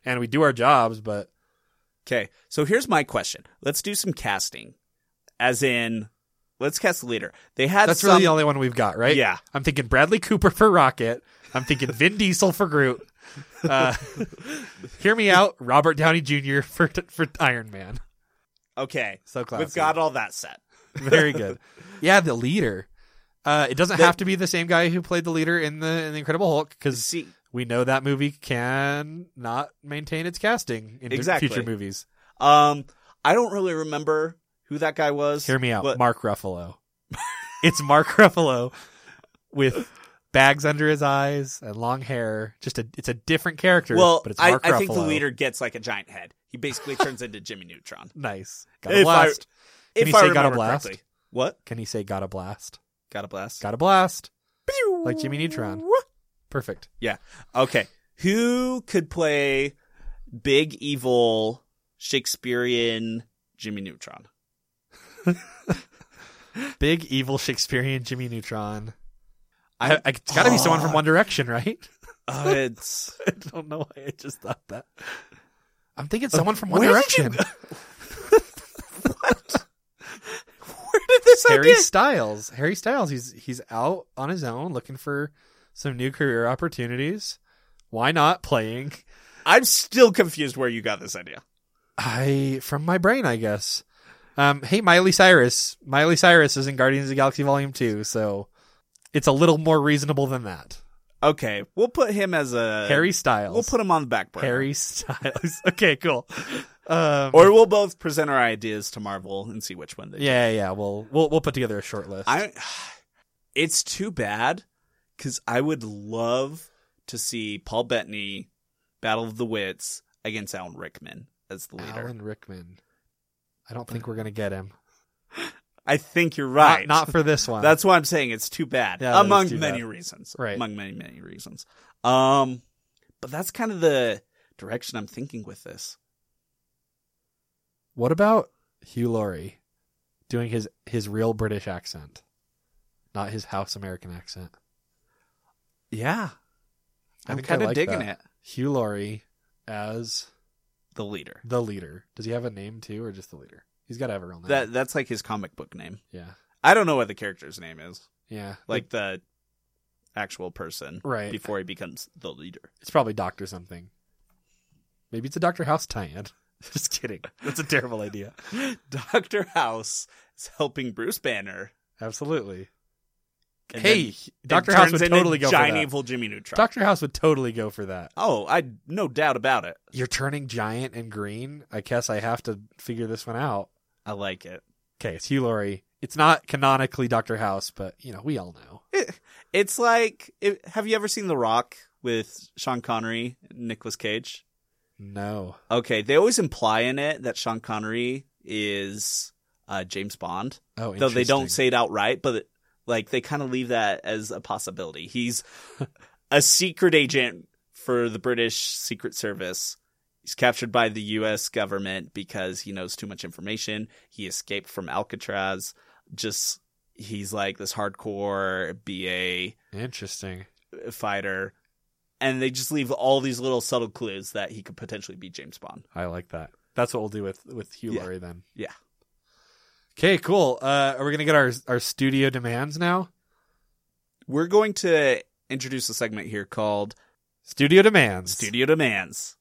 S2: and we do our jobs, but
S3: Okay, so here's my question. Let's do some casting, as in, let's cast the leader. They had
S2: that's
S3: some,
S2: really the only one we've got, right?
S3: Yeah.
S2: I'm thinking Bradley Cooper for Rocket. I'm thinking Vin Diesel for Groot. Uh, hear me out, Robert Downey Jr. for for Iron Man.
S3: okay.
S2: So classy.
S3: We've got all that set.
S2: Very good. Yeah, the leader. Uh, it doesn't have to be the same guy who played the leader in the in the Incredible Hulk because
S3: See,
S2: we know that movie can not maintain its casting in
S3: Exactly.
S2: future movies.
S3: um, I don't really remember who that guy was.
S2: Hear me out,
S3: What-
S2: Mark Ruffalo. it's Mark Ruffalo with bags under his eyes and long hair. Just a it's a different character.
S3: well,
S2: but it's
S3: I,
S2: Mark
S3: I think the
S2: Ruffalo.
S3: leader gets like a giant head. He basically turns into Jimmy Neutron.
S2: Nice. Got a
S3: If I-
S2: blast.
S3: If
S2: Can you
S3: I
S2: say
S3: remember
S2: got a blast?
S3: correctly. What?
S2: Can he say got a blast?
S3: Got a blast.
S2: Got a blast. Like Jimmy Neutron. Perfect.
S3: Yeah. Okay. Who could play big evil Shakespearean Jimmy Neutron?
S2: Big evil Shakespearean Jimmy Neutron. I, I, it's got to be someone from
S3: Oh.
S2: One Direction, right?
S3: Oh,
S2: Uh,
S3: it's
S2: I don't know why I just thought that. I'm thinking someone from One
S3: where did
S2: Direction.
S3: where did this
S2: Harry Styles. Harry Styles. He's he's out on his own looking for some new career opportunities. Why not playing?
S3: I'm still confused where you got this idea.
S2: I from my brain, I guess. Um, hey, Miley Cyrus. Miley Cyrus is in Guardians of the Galaxy Volume Two, so it's a little more reasonable than that.
S3: Okay, we'll put him as a
S2: Harry Styles.
S3: Uh, We'll put him on the back burner.
S2: Harry Styles. okay, cool. Um,
S3: or we'll both present our ideas to Marvel and see which one they.
S2: yeah, yeah. We'll we'll we'll put together a short list.
S3: I. It's too bad, because I would love to see Paul Bettany, Battle of the Wits against Alan Rickman as the leader.
S2: Alan Rickman. I don't think we're gonna get him.
S3: I think you're
S2: Not-
S3: right.
S2: Not, for this one.
S3: That's why I'm saying it's too bad.
S2: Yeah, that is
S3: among
S2: too
S3: many
S2: bad.
S3: reasons.
S2: Right.
S3: Among many, many reasons. Um but that's kind of the direction I'm thinking with this.
S2: what about Hugh Laurie doing his his real British accent, not his House American accent.
S3: Yeah. I'm
S2: think I
S3: kind of
S2: like
S3: digging
S2: that.
S3: it.
S2: Hugh Laurie as
S3: The leader.
S2: the leader. Does he have a name too, or just the leader? He's got to have a real name.
S3: That that's like his comic book name.
S2: yeah,
S3: I don't know what the character's name is.
S2: yeah.
S3: Like the actual person
S2: Right.
S3: before he becomes the leader.
S2: it's probably Doctor something. Maybe it's a Doctor House tie-in. just kidding. That's a terrible idea.
S3: Dr. House is helping Bruce Banner.
S2: Absolutely.
S3: and then
S2: hey,
S3: it
S2: Doctor House
S3: turns
S2: would
S3: into
S2: totally go for
S3: giant
S2: that.
S3: evil Jimmy Neutron.
S2: Doctor House would totally go for that.
S3: oh, I no doubt about it.
S2: You're turning giant and green. I guess I have to figure this one out.
S3: I like it.
S2: Okay, it's Hugh Laurie. It's not canonically Doctor House, but you know we all know.
S3: It's like, it, have you ever seen The Rock with Sean Connery and Nicolas Cage?
S2: No.
S3: Okay, they always imply in it that Sean Connery is uh, James Bond,
S2: Oh,
S3: though they don't
S2: interesting.
S3: say it outright, but like they kind of leave that as a possibility. He's a secret agent for the British Secret Service. He's captured by the US government because he knows too much information. He escaped from Alcatraz. Just, he's like this hardcore BA
S2: Interesting.
S3: fighter, and they just leave all these little subtle clues that he could potentially be James Bond.
S2: I like that. That's what we'll do with with Hugh
S3: Yeah.
S2: Laurie then.
S3: Yeah.
S2: Okay, cool. Uh, are we gonna get our our studio demands now?
S3: We're going to introduce a segment here called
S2: Studio demands.
S3: Studio Demands.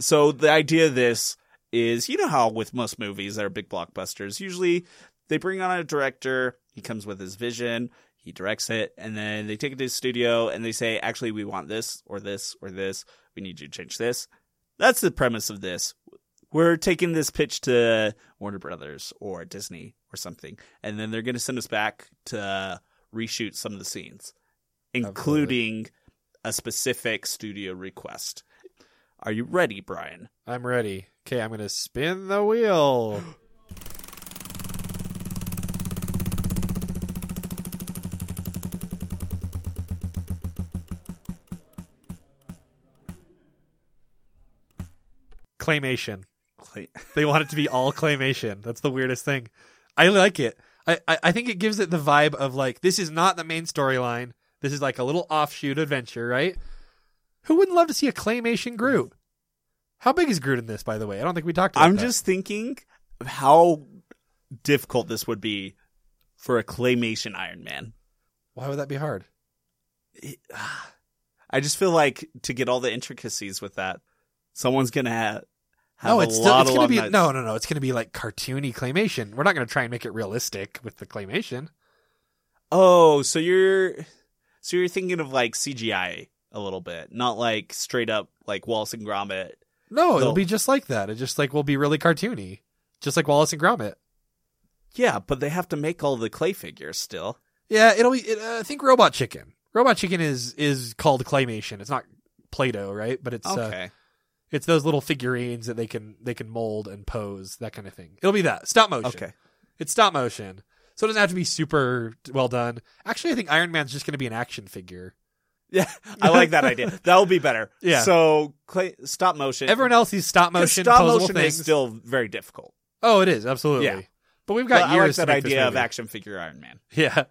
S3: So the idea of this is, you know how with most movies that are big blockbusters, usually they bring on a director, he comes with his vision, He directs it, and then they take it to his studio, and they say, "Actually, we want this or this or this. We need you to change this." That's the premise of this. We're taking this pitch to Warner Brothers or Disney or something, and then they're going to send us back to reshoot some of the scenes, including a specific studio request. Are you ready, Brian?
S2: I'm ready. Okay, I'm gonna spin the wheel. claymation.
S3: Clay-
S2: They want it to be all claymation. That's the weirdest thing. I like it. I, I, I think it gives it the vibe of like this is not the main storyline. This is like a little offshoot adventure, right? Who wouldn't love to see a claymation Groot? How big is Groot in this, by the way? I don't think we talked about
S3: I'm
S2: that.
S3: just thinking of how difficult this would be for a claymation Iron Man.
S2: why would that be hard?
S3: I just feel like to get all the intricacies with that, someone's gonna have, have
S2: No,
S3: a
S2: it's
S3: lot
S2: still
S3: of
S2: it's gonna
S3: long
S2: be
S3: nights.
S2: no no no, it's gonna be like cartoony claymation. We're not gonna try and make it realistic with the claymation.
S3: Oh, so you're so you're thinking of like CGI a little bit, not like straight up like Wallace and Gromit.
S2: No, it'll
S3: No.
S2: be just like that. It just like will be really cartoony. Just like Wallace and Gromit.
S3: Yeah, but they have to make all the clay figures still.
S2: Yeah, it'll be. It, uh, I think Robot Chicken. Robot Chicken is is called claymation. It's not Play-Doh, right? But it's uh,
S3: Okay.
S2: it's those little figurines that they can they can mold and pose that kind of thing. It'll be that stop motion.
S3: okay.
S2: it's stop motion, so it doesn't have to be super well done. Actually, I think Iron Man's just going to be an action figure.
S3: Yeah, I like that idea. That will be better.
S2: Yeah.
S3: So clay, stop motion.
S2: Everyone else is stop
S3: 'Cause
S2: motion.
S3: Stop
S2: posable
S3: motion
S2: things.
S3: is still very difficult.
S2: oh, it is absolutely.
S3: Yeah.
S2: But we've got
S3: But I like
S2: years
S3: that
S2: to make this
S3: idea of
S2: movie.
S3: action figure Iron Man.
S2: Yeah,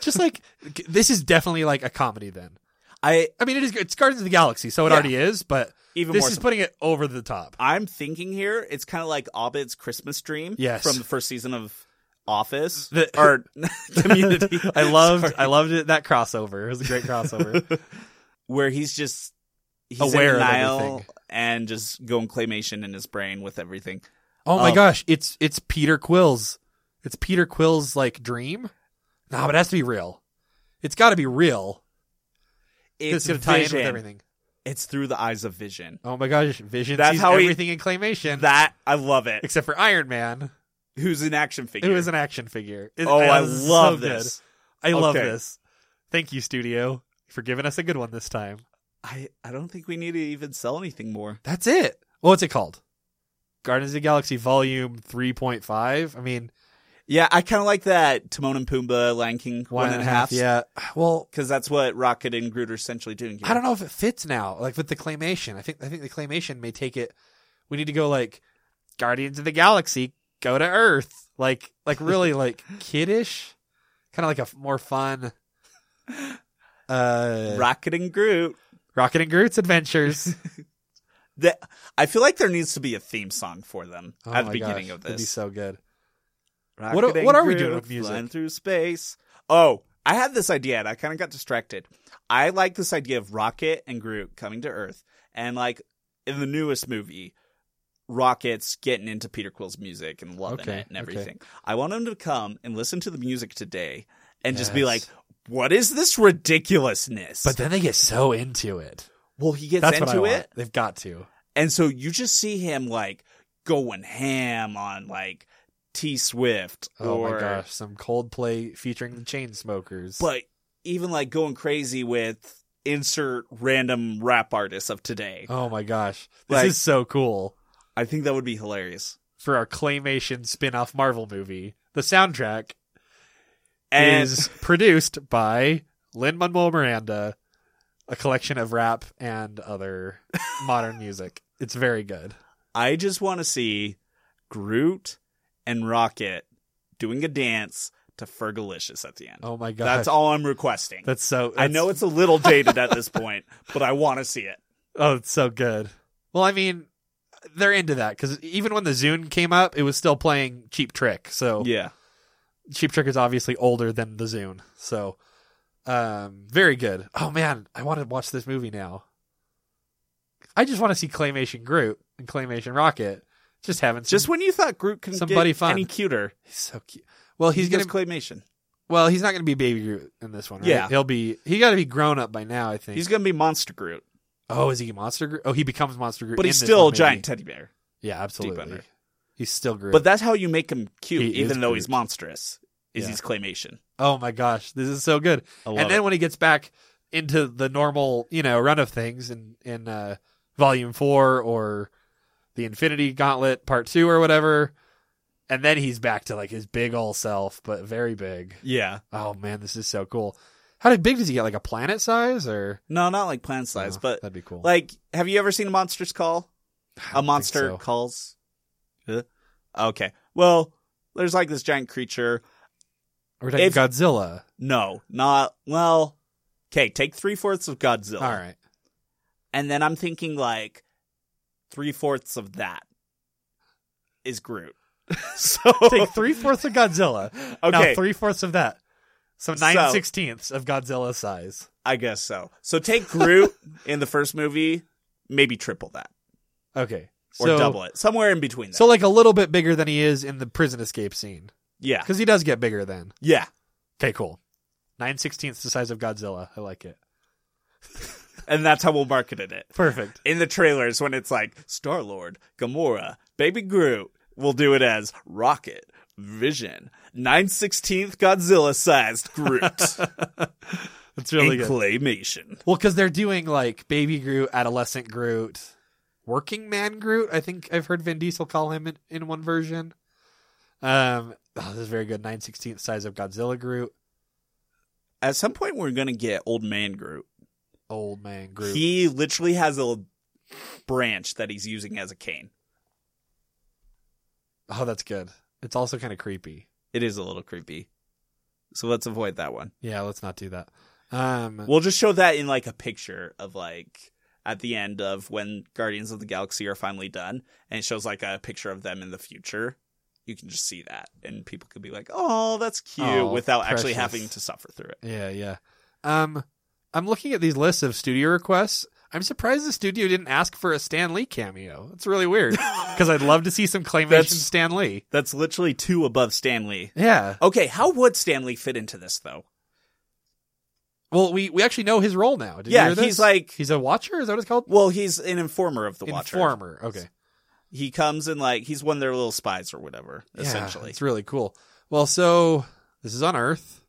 S2: just like this is definitely like a comedy. Then
S3: I
S2: I mean, it is. It's Guardians of the Galaxy, so it
S3: Yeah.
S2: already is. But
S3: even
S2: this
S3: more.
S2: is
S3: so.
S2: putting it over the top.
S3: I'm thinking here. It's kind of like Ovid's Christmas Dream.
S2: Yes.
S3: from the first season of Office
S2: The-
S3: or Community.
S2: I loved
S3: Sorry.
S2: I loved it, that crossover. It was a great crossover.
S3: where he's just he's
S2: Aware
S3: in
S2: of
S3: denial
S2: everything.
S3: and just going claymation in his brain with everything.
S2: oh my
S3: Um,
S2: gosh, it's it's Peter Quill's it's Peter Quill's like dream. No, but it has to be real. It's got to be real. It's,
S3: It's,
S2: going to tie in with
S3: vision.
S2: everything.
S3: It's through the eyes of vision.
S2: Oh my gosh, Vision
S3: That's
S2: sees
S3: how he-
S2: everything in claymation.
S3: That I love it.
S2: except for Iron Man,
S3: Who's an action figure?
S2: who is an action figure. It-
S3: oh, I
S2: this is so
S3: love
S2: good.
S3: this.
S2: I love
S3: Okay.
S2: this. Thank you, studio, for giving us a good one this time.
S3: I I don't think we need to even sell anything more.
S2: That's it. Well, what's it called? Guardians of the Galaxy Volume 3.5. I mean,
S3: Yeah, I kind of like that Timon and Pumbaa Lion King one and a half.
S2: Yeah. Well,
S3: because that's what Rocket and Groot are essentially doing. Here.
S2: I don't know if it fits now, like with the claymation. I think I think the claymation may take it. We need to go like Guardians of the Galaxy, go to Earth, like like really like kiddish, kind of like a f- more fun. Uh,
S3: Rocket and Groot.
S2: Rocket and Groot's adventures.
S3: That I feel like there needs to be a theme song for them
S2: Oh
S3: at the
S2: my
S3: beginning
S2: gosh,
S3: of
S2: that'd be
S3: this.
S2: so good.
S3: Rocket
S2: What-
S3: and
S2: what are we doing
S3: Groot
S2: with music?
S3: Flying through space. Oh, I had this idea and I kind of got distracted. I like this idea of Rocket and Groot coming to Earth and like in the newest movie, Rocket's getting into Peter Quill's music and loving
S2: Okay,
S3: it and
S2: okay.
S3: everything. I want him to come and listen to the music today and just be
S2: Yes.
S3: like, "What is this ridiculousness?"
S2: But then they get so into it.
S3: well, he gets
S2: That's
S3: into
S2: what I want.
S3: it.
S2: They've got to.
S3: And so you just see him like going ham on like T Swift
S2: Oh
S3: or
S2: my gosh, some Coldplay featuring the Chainsmokers.
S3: but even like going crazy with insert random rap artists of today.
S2: oh my gosh, this
S3: Like-
S2: is so cool.
S3: I think that would be hilarious.
S2: for our claymation spin-off Marvel movie. The soundtrack
S3: And
S2: is produced by Lin Manuel Miranda, a collection of rap and other modern music. It's very good.
S3: I just want to see Groot and Rocket doing a dance to Fergalicious at the end.
S2: Oh my god,
S3: that's all I'm requesting.
S2: That's so.
S3: I know
S2: it's
S3: it's a little dated at this point, but I want to see it.
S2: oh, it's so good. Well, I mean, they're into that because even when the Zune came up, it was still playing Cheap Trick. So
S3: Yeah.
S2: Cheap Trick is obviously older than the Zune. So, um, very good. Oh man, I want to watch this movie now. I just want to see Claymation Groot and Claymation Rocket just having some,
S3: Just when you thought Groot can
S2: Somebody
S3: get
S2: fun.
S3: any cuter,
S2: he's so cute. Well, he's
S3: he
S2: gonna
S3: goes claymation.
S2: Well, he's not going to be baby Groot in this one. Right?
S3: Yeah.
S2: he'll be. He got to be grown up by now. I think.
S3: He's gonna be Monster Groot,
S2: oh, is he monster? Groot? Oh, he becomes monster Groot,
S3: but
S2: in
S3: he's
S2: this
S3: still
S2: one,
S3: a
S2: maybe.
S3: giant teddy bear.
S2: Yeah, absolutely.
S3: under.
S2: He's still Groot.
S3: But that's how you make him cute,
S2: He is
S3: even though
S2: Groot.
S3: he's monstrous. Is
S2: Yeah.
S3: he's claymation?
S2: oh my gosh, this is so good.
S3: I
S2: And then when he gets back into the normal, you know, run of things in in uh, Volume Four or the Infinity Gauntlet Part Two or whatever, and then he's back to like his big old self, but very big.
S3: yeah,
S2: Oh man, this is so cool. How big does he get? Like a planet size or
S3: no, not like plant size,
S2: No,
S3: but
S2: that'd be Uh, cool.
S3: like, have you ever seen a monster's call?
S2: I
S3: a
S2: don't
S3: monster
S2: think so.
S3: calls. Huh? Okay. Well, there's like this giant creature.
S2: We're talking
S3: if-
S2: Godzilla.
S3: No, not well. Okay, take three fourths of Godzilla,
S2: All right.
S3: and then I'm thinking like three fourths of that is Groot. so
S2: Take three fourths of Godzilla.
S3: Okay.
S2: Now three fourths of that. So
S3: So-
S2: nine sixteenths of Godzilla size.
S3: I guess so. So take Groot in the first movie, maybe triple that
S2: Okay.
S3: or
S2: so,
S3: double it, somewhere in between. That.
S2: So like a little bit bigger than he is in the prison escape scene.
S3: yeah,
S2: Because he does get bigger then.
S3: yeah.
S2: Okay, cool. Nine sixteenths the size of Godzilla. I like it.
S3: And that's how we'll market it.
S2: Perfect.
S3: in the trailers when it's like Star Lord, Gamora, Baby Groot. We'll do it as Rocket, Vision, 916th Godzilla sized Groot,
S2: That's really
S3: and
S2: good.
S3: Claymation.
S2: Well, because they're doing like baby Groot, adolescent Groot, working man Groot. I think I've heard Vin Diesel call him in, in one version. Um, oh, this is very good. Nine sixteenth size of Godzilla Groot,
S3: At some point, we're going to get Old Man Groot.
S2: old man Groot.
S3: He literally has a branch that he's using as a cane.
S2: oh, that's good. It's also kind of creepy.
S3: It is a little creepy. So let's avoid that one.
S2: Yeah, let's not do that. Um,
S3: We'll just show that in like a picture of like at the end of when Guardians of the Galaxy are finally done, and it shows like a picture of them in the future. You can just see that, and people could be like, "Oh, that's cute,"
S2: Aw,
S3: without actually
S2: precious.
S3: having to suffer through it.
S2: yeah, yeah. Um, I'm looking at these lists of studio requests. I'm surprised the studio didn't ask for a Stan Lee cameo. That's really weird because I'd love to see some claymation
S3: That's-
S2: Stan Lee.
S3: That's literally two above Stanley.
S2: Yeah.
S3: Okay, how would Stanley fit into this though?
S2: Well, we, we actually know his role now. Did you
S3: Yeah,
S2: hear this?
S3: he's like-
S2: he's a watcher. Is that what it's called?
S3: Well, he's an informer of the Watcher.
S2: Informer. Okay,
S3: He comes and like he's one of their little spies or whatever.
S2: Yeah,
S3: essentially,
S2: it's really cool. Well, so this is on Earth.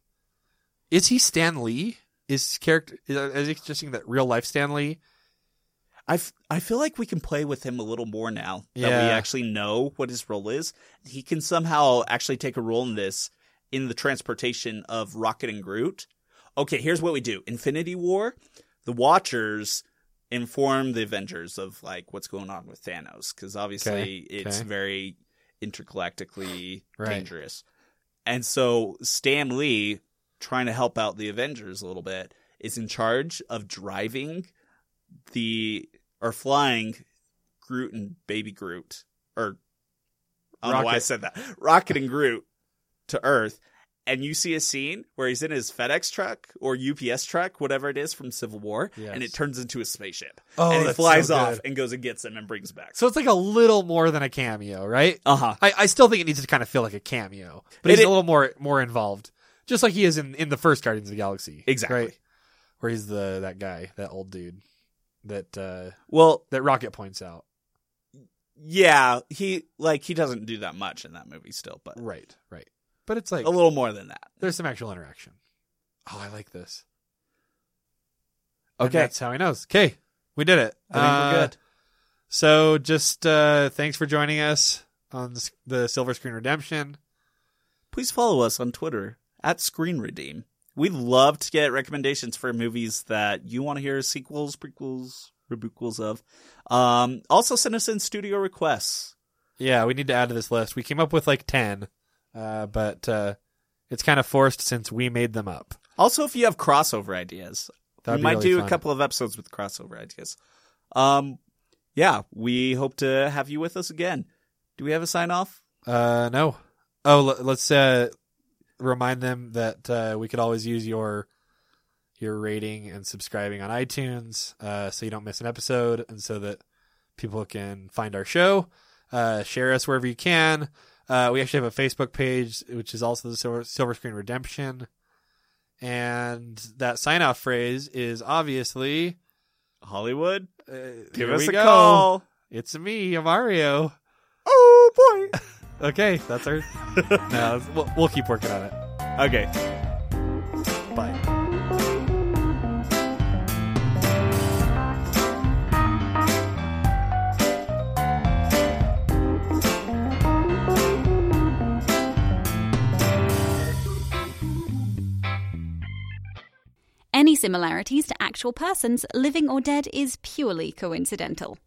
S2: Is he Stan Lee? Is character? Is, is it interesting that real life Stan Lee?
S3: I, f- I feel like we can play with him a little more now that we
S2: Yeah.
S3: actually know what his role is. He can somehow actually take a role in this in the transportation of Rocket and Groot. Okay, here's what we do Infinity War, the Watchers inform the Avengers of like what's going on with Thanos because obviously
S2: Okay,
S3: it's
S2: okay.
S3: very intergalactically
S2: Right.
S3: dangerous. And so Stan Lee, trying to help out the Avengers a little bit, is in charge of driving the or flying Groot and Baby Groot or I don't know why I
S2: Rocket.
S3: said that Rocket and Groot to Earth, and you see a scene where he's in his FedEx truck or UPS truck, whatever it is from Civil War, and it
S2: Yes.
S3: turns into a spaceship,
S2: Oh,
S3: and it
S2: that's
S3: flies
S2: so
S3: off
S2: good.
S3: and goes and gets him and brings him back.
S2: So it's like a little more than a cameo, right?
S3: uh huh.
S2: I, I still think it needs to kind of feel like a cameo, but
S3: It-
S2: he's
S3: it-
S2: a little more more involved, just like he is in, in the first Guardians of the Galaxy,
S3: Exactly.
S2: right? Where he's the that guy, that old dude, that uh,
S3: Well,
S2: that Rocket points out,
S3: yeah, he like he doesn't do that much in that movie still, but
S2: right? Right. But it's like
S3: a little more than that.
S2: There's some actual interaction. Oh, I like this. And
S3: Okay,
S2: that's how he knows. Okay, we did it.
S3: I think we're
S2: Uh,
S3: good.
S2: So, just uh, thanks for joining us on s- the Silver Screen Redemption.
S3: please follow us on Twitter at Screen Redeem. We love to get recommendations for movies that you want to hear sequels, prequels, rebuquels of. Um, also, send us in studio requests.
S2: Yeah, we need to add to this list. We came up with like ten, uh, but uh, it's kind of forced since we made them up.
S3: Also, if you have crossover ideas,
S2: That'd
S3: we
S2: be
S3: might
S2: really
S3: do a
S2: fun.
S3: couple of episodes with crossover ideas. Um, yeah, we hope to have you with us again. Do we have a sign off?
S2: Uh, no. Oh, l- let's uh, remind them that uh, we could always use your your rating and subscribing on iTunes, uh, so you don't miss an episode, and so that people can find our show. Uh, share us wherever you can. Uh, we actually have a Facebook page, which is also the Silver, Silver Screen Redemption. And that sign off phrase is obviously
S3: Hollywood,
S2: uh,
S3: give
S2: here
S3: us
S2: we
S3: a
S2: go.
S3: call.
S2: It's me, Mario.
S3: Oh boy.
S2: Okay, that's our. no, we'll, we'll keep working on it.
S3: Okay.
S2: Bye.
S1: Any similarities to actual persons, living or dead, is purely coincidental.